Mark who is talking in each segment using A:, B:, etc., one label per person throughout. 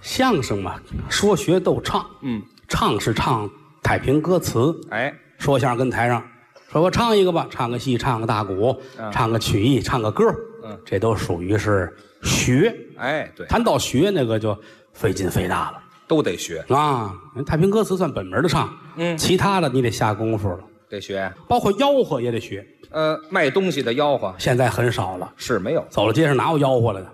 A: 相声嘛，说学逗唱，
B: 嗯，
A: 唱是唱太平歌词，
B: 哎，
A: 说相声跟台上，说我唱一个吧，唱个戏，唱个大鼓，
B: 嗯
A: 唱个曲艺，唱个歌，
B: 嗯，
A: 这都属于是学。
B: 哎，对，
A: 谈到学那个就费劲费大了
B: 都得学，
A: 啊，太平歌词算本门的唱，
B: 嗯
A: 其他的你得下功夫了，
B: 得学。
A: 包括吆喝也得学，
B: 呃，卖东西的吆喝
A: 现在很少了，
B: 是没有
A: 走到街上哪有吆喝了的？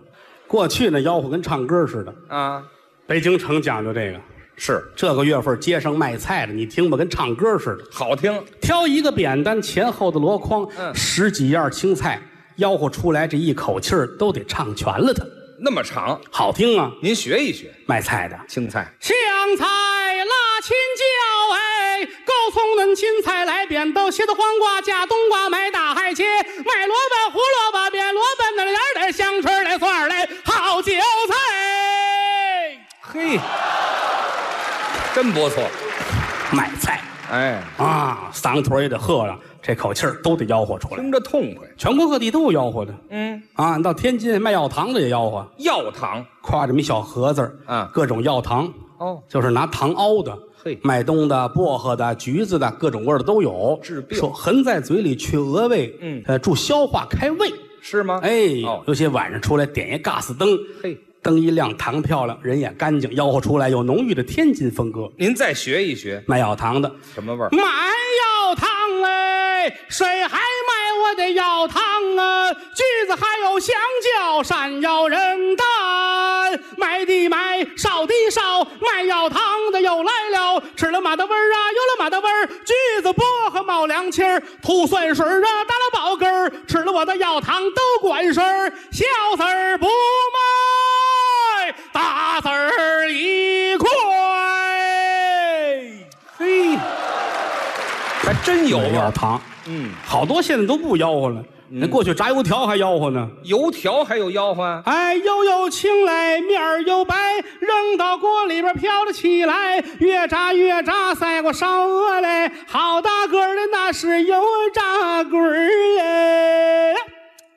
A: 过去那吆喝跟唱歌似的，
B: 啊，
A: 北京城讲究这个，
B: 是
A: 这个月份街上卖菜的，你听吧，跟唱歌似的。
B: 好听，
A: 挑一个扁担，前后的箩筐，
B: 嗯
A: 十几样青菜，吆喝出来这一口气儿都得唱全了它，
B: 那么长，
A: 好听啊！
B: 您学一学
A: 卖菜的，
B: 青菜。
A: 香菜、辣青椒，哎，高葱、嫩青菜、来扁豆、茄子、黄瓜、架冬瓜、买大海茄、卖萝卜、胡萝卜、扁萝卜，那里哪儿的香椿儿来蒜儿来，好韭菜。
B: 嘿，真不错。
A: 卖菜
B: 哎，
A: 啊，嗓腿儿也得喝上，这口气儿都得吆喝出来。
B: 听着痛快。
A: 全国各地都有吆喝的
B: 嗯，
A: 啊，你到天津卖药糖的也吆喝，
B: 药糖
A: 挎这么一小盒子儿，
B: 嗯
A: 各种药糖，
B: 哦，
A: 就是拿糖熬的，
B: 嘿
A: 麦冬的、薄荷的、橘子的，各种味儿的都有，
B: 治病
A: 说含在嘴里去鹅胃，
B: 嗯
A: 呃，助消化开胃，
B: 是吗？
A: 哎，
B: 哦，
A: 尤其晚上出来点一 gas 灯，
B: 嘿，
A: 灯一亮，糖漂亮，人也干净，吆喝出来有浓郁的天津风格。
B: 您再学一学
A: 卖药糖的，
B: 什么味儿？
A: 买药糖哎，谁还卖我的药糖啊？橘子还有香蕉、山药、人蛋，买的买，烧的烧，卖药糖的又来了，吃了马的味儿啊，有了马的味儿，橘子、薄荷、冒凉气儿，吐蒜水儿啊，打了饱嗝儿，吃了我的药糖都管事儿，小子儿不卖，大子儿一块。哎
B: 嘿，还真哦有啊味
A: 药
B: 儿。
A: 糖，
B: 嗯，
A: 好多现在都不吆喝了，那过去炸油条还吆喝呢。
B: 油条还有吆喝啊？
A: 哎，油油青来，面儿又白，扔到锅里边飘了起来，越炸越炸，赛过烧鹅来，好大个儿的那是油炸滚儿嘞。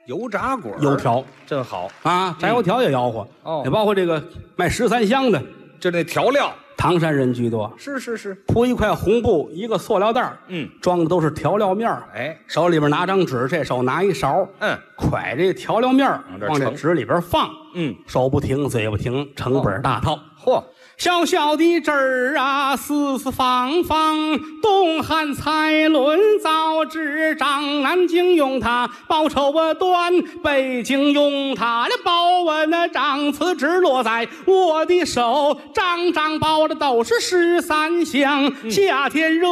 B: 油炸果，
A: 油条
B: 真好，
A: 啊，炸油条也吆喝，
B: 哦
A: 也包括这个卖十三香的，
B: 就那调料。
A: 唐山人居多，
B: 是是是，
A: 铺一块红布，一个塑料袋儿
B: 嗯
A: 装的都是调料面儿
B: 哎，
A: 手里边拿张纸，这手拿一勺，
B: 嗯，
A: 蒯这调料面儿
B: 往这儿
A: 往这
B: 盛
A: 纸里边放，
B: 嗯，
A: 手不停，嘴不停，成本大套。
B: 嚯，
A: 小小的汁儿啊，四四方方，东汉蔡伦造纸张，南京用它包绸啊端，北京用它来包啊那张，此纸落在我的手，张张包的都是十三香，夏天热，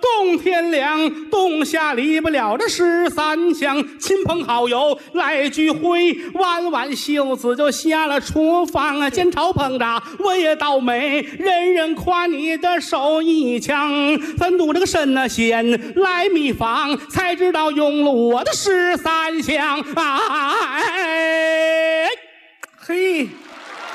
A: 冬天凉，冬夏离不了这十三香，亲朋好友来聚会，弯弯袖子就下了厨房啊，煎炒烹炸我也倒霉，人人夸你的手艺强，咱努这个身呢先来秘方，才知道用了我的十三香哎，
B: 嘿，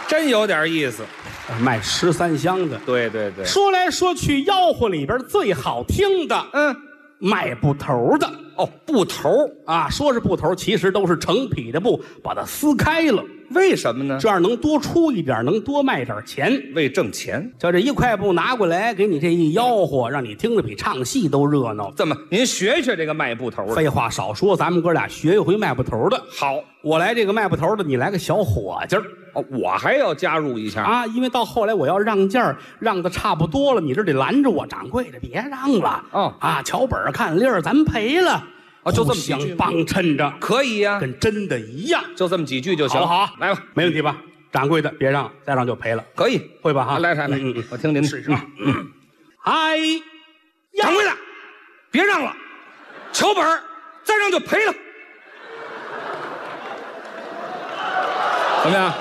B: 真有点意思。
A: 哎卖十三香的，
B: 对对对，
A: 说来说去，吆喝里边最好听的，
B: 嗯，
A: 卖布头的。
B: 哦，布头，
A: 啊，说是布头，其实都是成匹的布，把它撕开了，
B: 为什么呢？
A: 这样能多出一点，能多卖点钱。
B: 为挣钱。
A: 就这一块布拿过来，给你这一吆喝，让你听着比唱戏都热闹。
B: 这么，您学学这个卖布头的。
A: 废话少说，咱们哥俩学一回卖布头的。
B: 好
A: 我来这个卖布头的，你来个小伙计儿
B: 哦，我还要加入一下。
A: 啊！因为到后来我要让价儿，让的差不多了，你这得拦着我，掌柜的别让了。
B: 哦
A: 啊，瞧本儿看粒儿，咱赔了。
B: 哦就这
A: 互
B: 么几句
A: 相
B: 吗
A: 帮衬着，
B: 可以呀、
A: 跟真的一样。
B: 就这么几句就行。
A: 好不好
B: 来吧，
A: 没问题吧？掌柜的，别让，再让就赔了，
B: 可以。
A: 会吧？哈，
B: 来来来，
A: 嗯嗯嗯
B: 我听您的。嗯
A: 试试啊。哎，
B: 掌柜的，别让了，瞧本儿，再让就赔了。怎么样？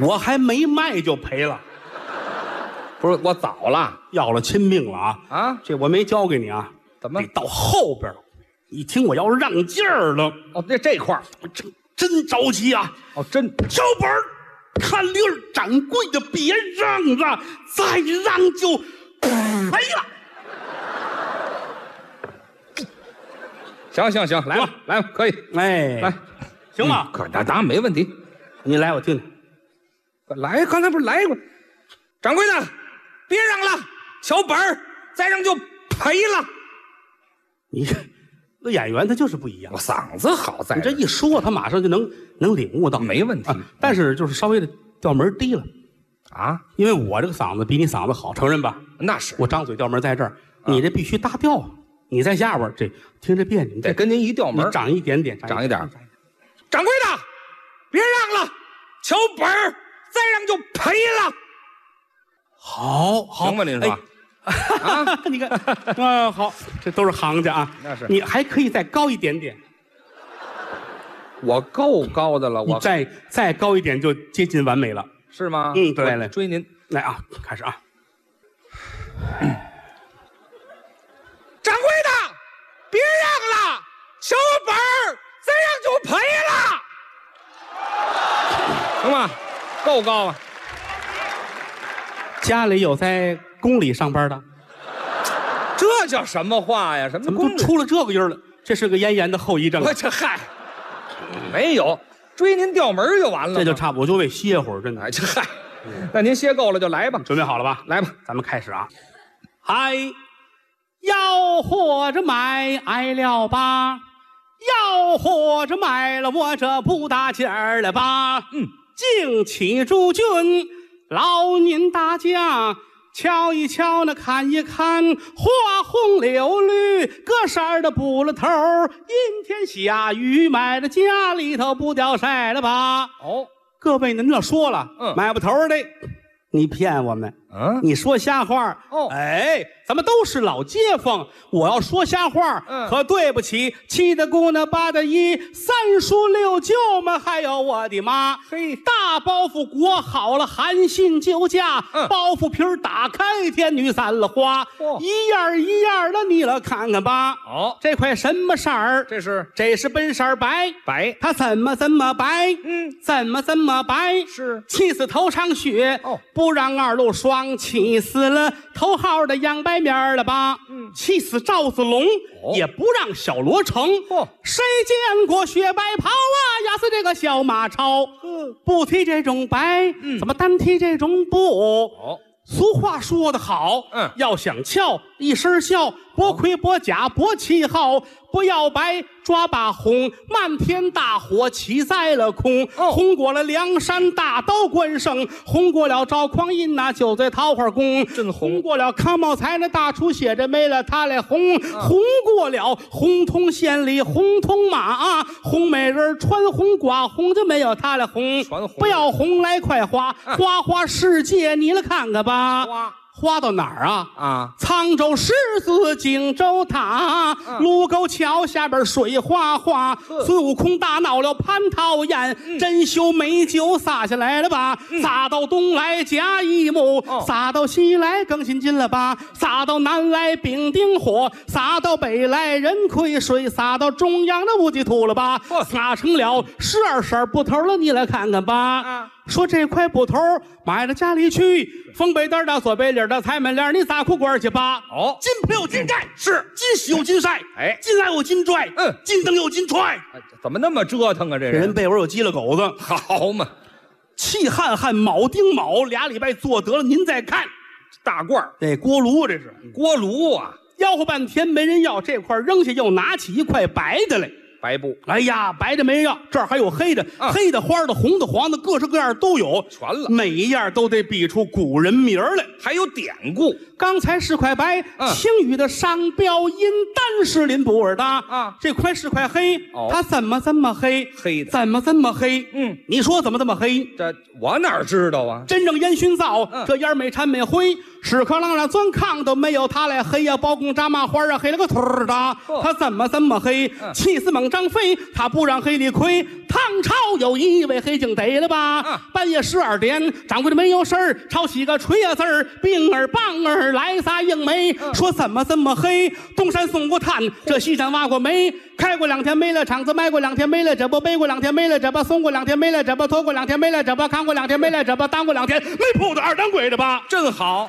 A: 我还没卖就赔了，
B: 不是我早了
A: 要了亲命了啊！
B: 啊？
A: 这我没交给你啊，
B: 怎么
A: 得？到后边儿，你听我要让劲儿了，
B: 哦，这这块儿
A: 我真真着急啊！
B: 哦，真
A: 小本儿，看粒儿，掌柜的别让了，再让就赔了。
B: 行行行，来吧，来吧，可以哎
A: 哎，
B: 来，嗯
A: 行吧？
B: 可那当然没问题。
A: 哎你来我听听。
B: 来，刚才不是来过？掌柜的，别让了，小本儿再让就赔了。
A: 你这那演员他就是不一样
B: 我，嗓子好在
A: 你这
B: 这
A: 一说他马上就能能领悟到，
B: 没问题
A: 啊。但是就是稍微的调门儿低了，
B: 啊，
A: 因为我这个嗓子比你嗓子好，承认吧？
B: 那是
A: 我张嘴调门在这儿，你这必须搭调啊，你在下边儿这听着别扭，你
B: 得跟您一调
A: 你
B: 门儿。
A: 长一点点，
B: 长一点儿
A: 长
B: 掌柜的，别让了，小本儿再让就赔了。
A: 好，好，
B: 行吧您说
A: 哎、 啊，你看，啊，好，这都是行家啊。
B: 那是
A: 你还可以再高一点点，
B: 我够高的了，
A: 你
B: 我
A: 再再高一点就接近完美了。
B: 是吗？
A: 嗯对
B: 我
A: 了
B: 追您，
A: 来啊，开始啊，
B: 掌柜的，别让了，小本儿再让就赔了，行吗？够高啊！
A: 家里有在宫里上班的，
B: 这叫什么话呀？什么啊
A: 怎么
B: 公
A: 都
B: 主？
A: 出了这个音儿了？这是个咽炎的后遗症啊
B: 我，这嗨，没有，追您调门儿就完了。
A: 这就，差不多，我就为歇会儿，真的
B: 哎，。这嗨，那您歇够了就来吧，
A: 准备好了吧？
B: 来吧。
A: 咱们开始啊！嗨，要活着买挨了吧，要活着买了我这不打尖儿了吧？嗯，敬起诸君，劳您大驾。敲一敲那看一看，花红柳绿，各色儿的补了头儿。阴天下雨，买了家里头不掉色了吧？
B: 哦，
A: 各位，您这说了，
B: 嗯
A: 买不头儿的，你骗我们。
B: 嗯，
A: 你说瞎话
B: 哦
A: 哎，咱们都是老街坊，我要说瞎话
B: 嗯
A: 可对不起七大姑娘八大姨、三叔六舅们，还有我的妈。
B: 嘿
A: 大包袱裹好了，韩信救驾，
B: 嗯
A: 包袱皮儿打开，天女散了花，
B: 哦
A: 一样儿一样的你了看看吧。
B: 好，
A: 这块什么色儿？
B: 哦这是
A: 这是本色儿白，
B: 白，
A: 它怎么怎么白？
B: 嗯，
A: 怎么怎么白？
B: 是
A: 气死头上血，
B: 哦
A: 不让二路双，气死了头号的杨白面儿了吧？嗯，哦气死赵子龙，也不让小罗成。
B: 嚯
A: 谁见过雪白袍啊？压死这个小马超。嗯，不提这种白，嗯怎么单提这种布？
B: 好，
A: 俗话说得好，
B: 嗯
A: 要想翘一身笑，薄盔薄甲薄气候，不要白抓把红，漫天大火起在了空，
B: 哦
A: 红过了梁山大刀关胜，红过了赵匡胤那九醉桃花宫，
B: 真红
A: 红过了康茂才那大厨写着没了他来红，
B: 嗯
A: 红过了红通县里红通马啊，红美人儿穿红寡红就没有他来红，
B: 全红嗯
A: 不要。要红来快花，花花世界你来看看吧。
B: 花
A: 花到哪儿啊？
B: 啊，
A: 沧州狮子锦州塔，
B: 嗯
A: 卢沟桥下边水哗哗，孙悟空大闹了蟠桃宴，
B: 嗯
A: 珍馐美酒洒下来了吧？洒到东来甲乙木
B: 哦，
A: 洒到西来庚辛金了吧？洒到南来丙丁火，洒到北来壬癸水，洒到中央的戊己土了吧
B: 嚯？
A: 洒成了十二色布头了，你来看看吧。
B: 啊
A: 说这块布头买到家里去，封北单的、左北里的、财门帘，你撒裤管去吧。
B: 好
A: 金盆有金盖，
B: 哎是
A: 金喜有金晒，
B: 哎
A: 金来有金拽，
B: 嗯
A: 金灯有金踹。
B: 哎怎么那么折腾啊？这
A: 给
B: 人
A: 人被窝有鸡了狗子，
B: 好嘛，
A: 气汉汉，铆钉铆，俩礼拜做得了，您再看
B: 大罐儿
A: 这锅炉这是
B: 锅炉啊，
A: 吆喝半天没人要，这块扔下又拿起一块白的来。
B: 白布
A: 哎呀，白的没人要，这儿还有黑的，
B: 啊
A: 黑的、花的、红的、黄的，各式各样都有，
B: 全了
A: 每一样都得比出古人名儿来。
B: 还有典故，
A: 刚才是块白，
B: 嗯
A: 青雨的商标因丹是林布尔的
B: 啊
A: 这块是块黑，
B: 哦
A: 它怎么这么黑？
B: 黑的
A: 怎么这么黑？
B: 嗯，
A: 你说怎么这么黑？
B: 这我哪知道啊？
A: 真正烟熏灶，
B: 嗯
A: 这烟儿没掺没灰，屎壳郎让钻炕都没有它来黑呀、包公扎麻花啊，黑了个腿儿的，
B: 嚯嗯
A: 他怎么这么黑？气死猛张飞，他不让黑李逵。唐朝有一位黑警逮了吧？
B: 嗯
A: 半夜十二点，掌柜的没有事儿，抄起个锤呀字儿，并儿棒儿来仨硬梅，说怎么这么黑？东山送过炭，这西山挖过煤，开过两天没了厂子，卖过两天没了这不，背过两天没了这不，送过两天没了这不，拖过两天没了这不，扛过两天没了这不，当过两天没铺的二当鬼的吧？
B: 真好，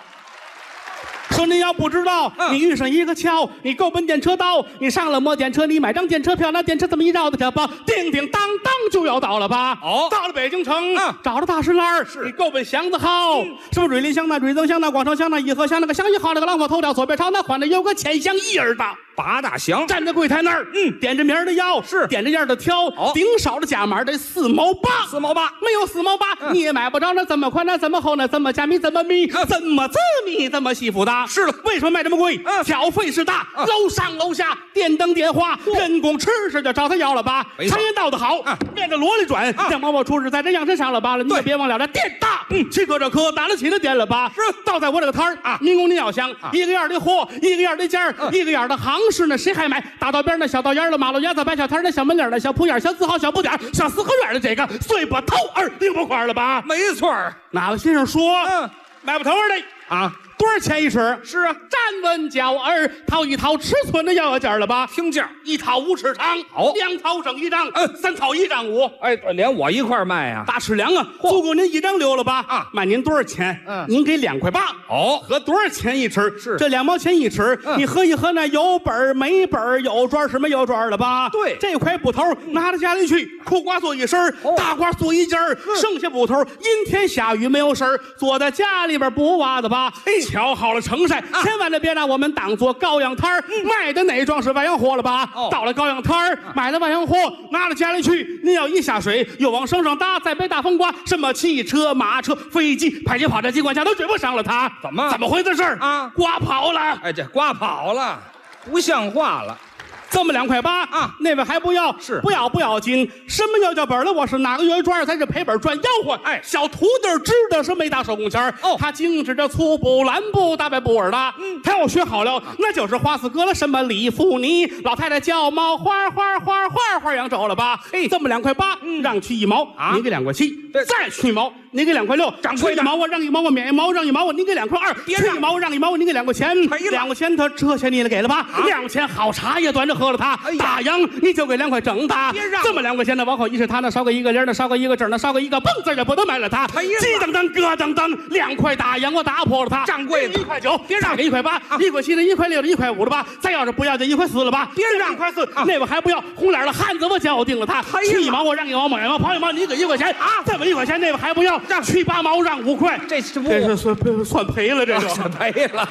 A: 说您要不知道，
B: 嗯
A: 你遇上一个桥，你够本电车道，你上了摩点车，你买张电车票，拿电车这么一绕的小包，叮叮当当就要到了吧？
B: 哦
A: 到了北京城，
B: 嗯
A: 找着大石栏儿，你够本祥子号，什么瑞林乡那瑞增乡那广城乡那颐和乡那个乡一号那个浪花头了左边朝那款的有个浅香一人大。
B: 八大祥，
A: 站在柜台那儿，嗯，点着名儿的要，
B: 是
A: 点着样儿的挑，
B: 哦
A: 顶少的价码得四毛八，
B: 四毛八，
A: 没有四毛八、
B: 嗯
A: 你也买不着。那怎么宽？那怎么厚？那怎么加密？怎么密？
B: 嗯
A: 怎么这密？怎么西服搭？
B: 是了
A: 为什么卖这么贵？
B: 嗯
A: 小费是大，
B: 嗯
A: 楼上楼下电灯电话，人工吃食就找他要了吧。
B: 没错
A: 常言道得好，
B: 嗯
A: 面子萝里转，
B: 嗯
A: 让毛毛出事在这样身上了吧了。你
B: 对
A: 可别忘了这店大，嗯，去可这磕，打得起的店了吧。
B: 是
A: 倒在我这个摊儿
B: 啊
A: 民工您要想一个样儿的货，一个样儿的价儿，
B: 嗯
A: 一个样儿的行市呢，谁还买？大道边儿的小道沿儿的马路牙子摆小摊儿的小门脸儿的小铺眼儿小字号小不点儿小四合院儿的这个碎把头儿拧不块儿了吧？
B: 没错儿
A: 哪位先生说，
B: 嗯，
A: 买不头儿的
B: 啊，
A: 多少钱一尺？
B: 是啊，
A: 站稳脚儿，掏一掏尺寸的要要价儿了吧？
B: 听价儿，
A: 一套五尺长，
B: 好
A: 两套整一丈，
B: 嗯
A: 三套一丈五。
B: 哎，连我一块儿卖呀，
A: 大尺量啊，足够您一张留了吧？
B: 啊
A: 卖您多少钱？
B: 嗯
A: 您给两块八。
B: 哦，
A: 合多少钱一尺？
B: 是
A: 这两毛钱一尺，
B: 嗯
A: 你合一合那有本儿没本儿，有砖儿是没有砖儿了吧？
B: 对嗯
A: 这块捕头拿到家里去，苦瓜做一身儿
B: 哦嗯
A: 大瓜做一件儿剩下捕头阴天下雨没有事儿，坐在家里边补袜子吧。瞧好了成晒，
B: 啊
A: 千万的别让我们当做羔羊摊儿卖的哪桩是外洋货了吧
B: 嗯哦？
A: 到了羔羊摊儿买的外洋货，拿到家里去，您要一下水又往身上搭，再背大风刮，什么汽车、马车、飞机、迫击炮、这机关枪都追不上了他。
B: 怎么
A: 怎么回事儿
B: 啊
A: 刮跑了，
B: 哎，这刮跑了，不像话了，
A: 这么两块八
B: 啊
A: 那位还不要，
B: 是
A: 不要不要紧，什么要叫本了？我是哪个原砖儿才是赔本赚吆喝？
B: 哎
A: 小徒弟儿知道是没打手工钱儿
B: 哦
A: 他精致的粗布、蓝布、大白布耳的，嗯，他要学好
B: 啊
A: 了，那就是花四哥了，什么李富尼，老太太叫猫花花花花花羊走了吧？
B: 嘿
A: 这么两块八，让去一毛
B: 啊
A: 您给两块七
B: 对，
A: 再去一毛，您给两块六，
B: 掌柜的
A: 去一毛啊我让一毛我免一毛让一毛我啊您给两块二，
B: 别
A: 去
B: 让
A: 一毛我让一毛我啊您给两块钱，
B: 赔了
A: 两块钱他这钱你也给了吧？两块钱好茶也端着喝了他，
B: 啊哎呀
A: 打烊你就给两块整他，
B: 别让
A: 这么两块钱的往后一是他那烧个一个零的烧个一个整的烧个一个蹦字儿也不得买了他，
B: 哎呀
A: 鸡噔噔咯噔噔两块打烊我打破了他，
B: 掌柜的啊
A: 一块九，
B: 别让
A: 再给一块八，一块七的一块六的一块五的吧，再要是不要就一块四了吧，
B: 别让
A: 一块四
B: 啊，
A: 那边还不要，红脸的汉子我叫定了他，
B: 哎呀
A: 去一毛我让一毛，买一毛跑一毛你给一块钱啊，再给一块钱那边还不要，
B: 让
A: 去八毛让五块，啊
B: 这是不
A: 这是算算赔了这个。
B: 赔了，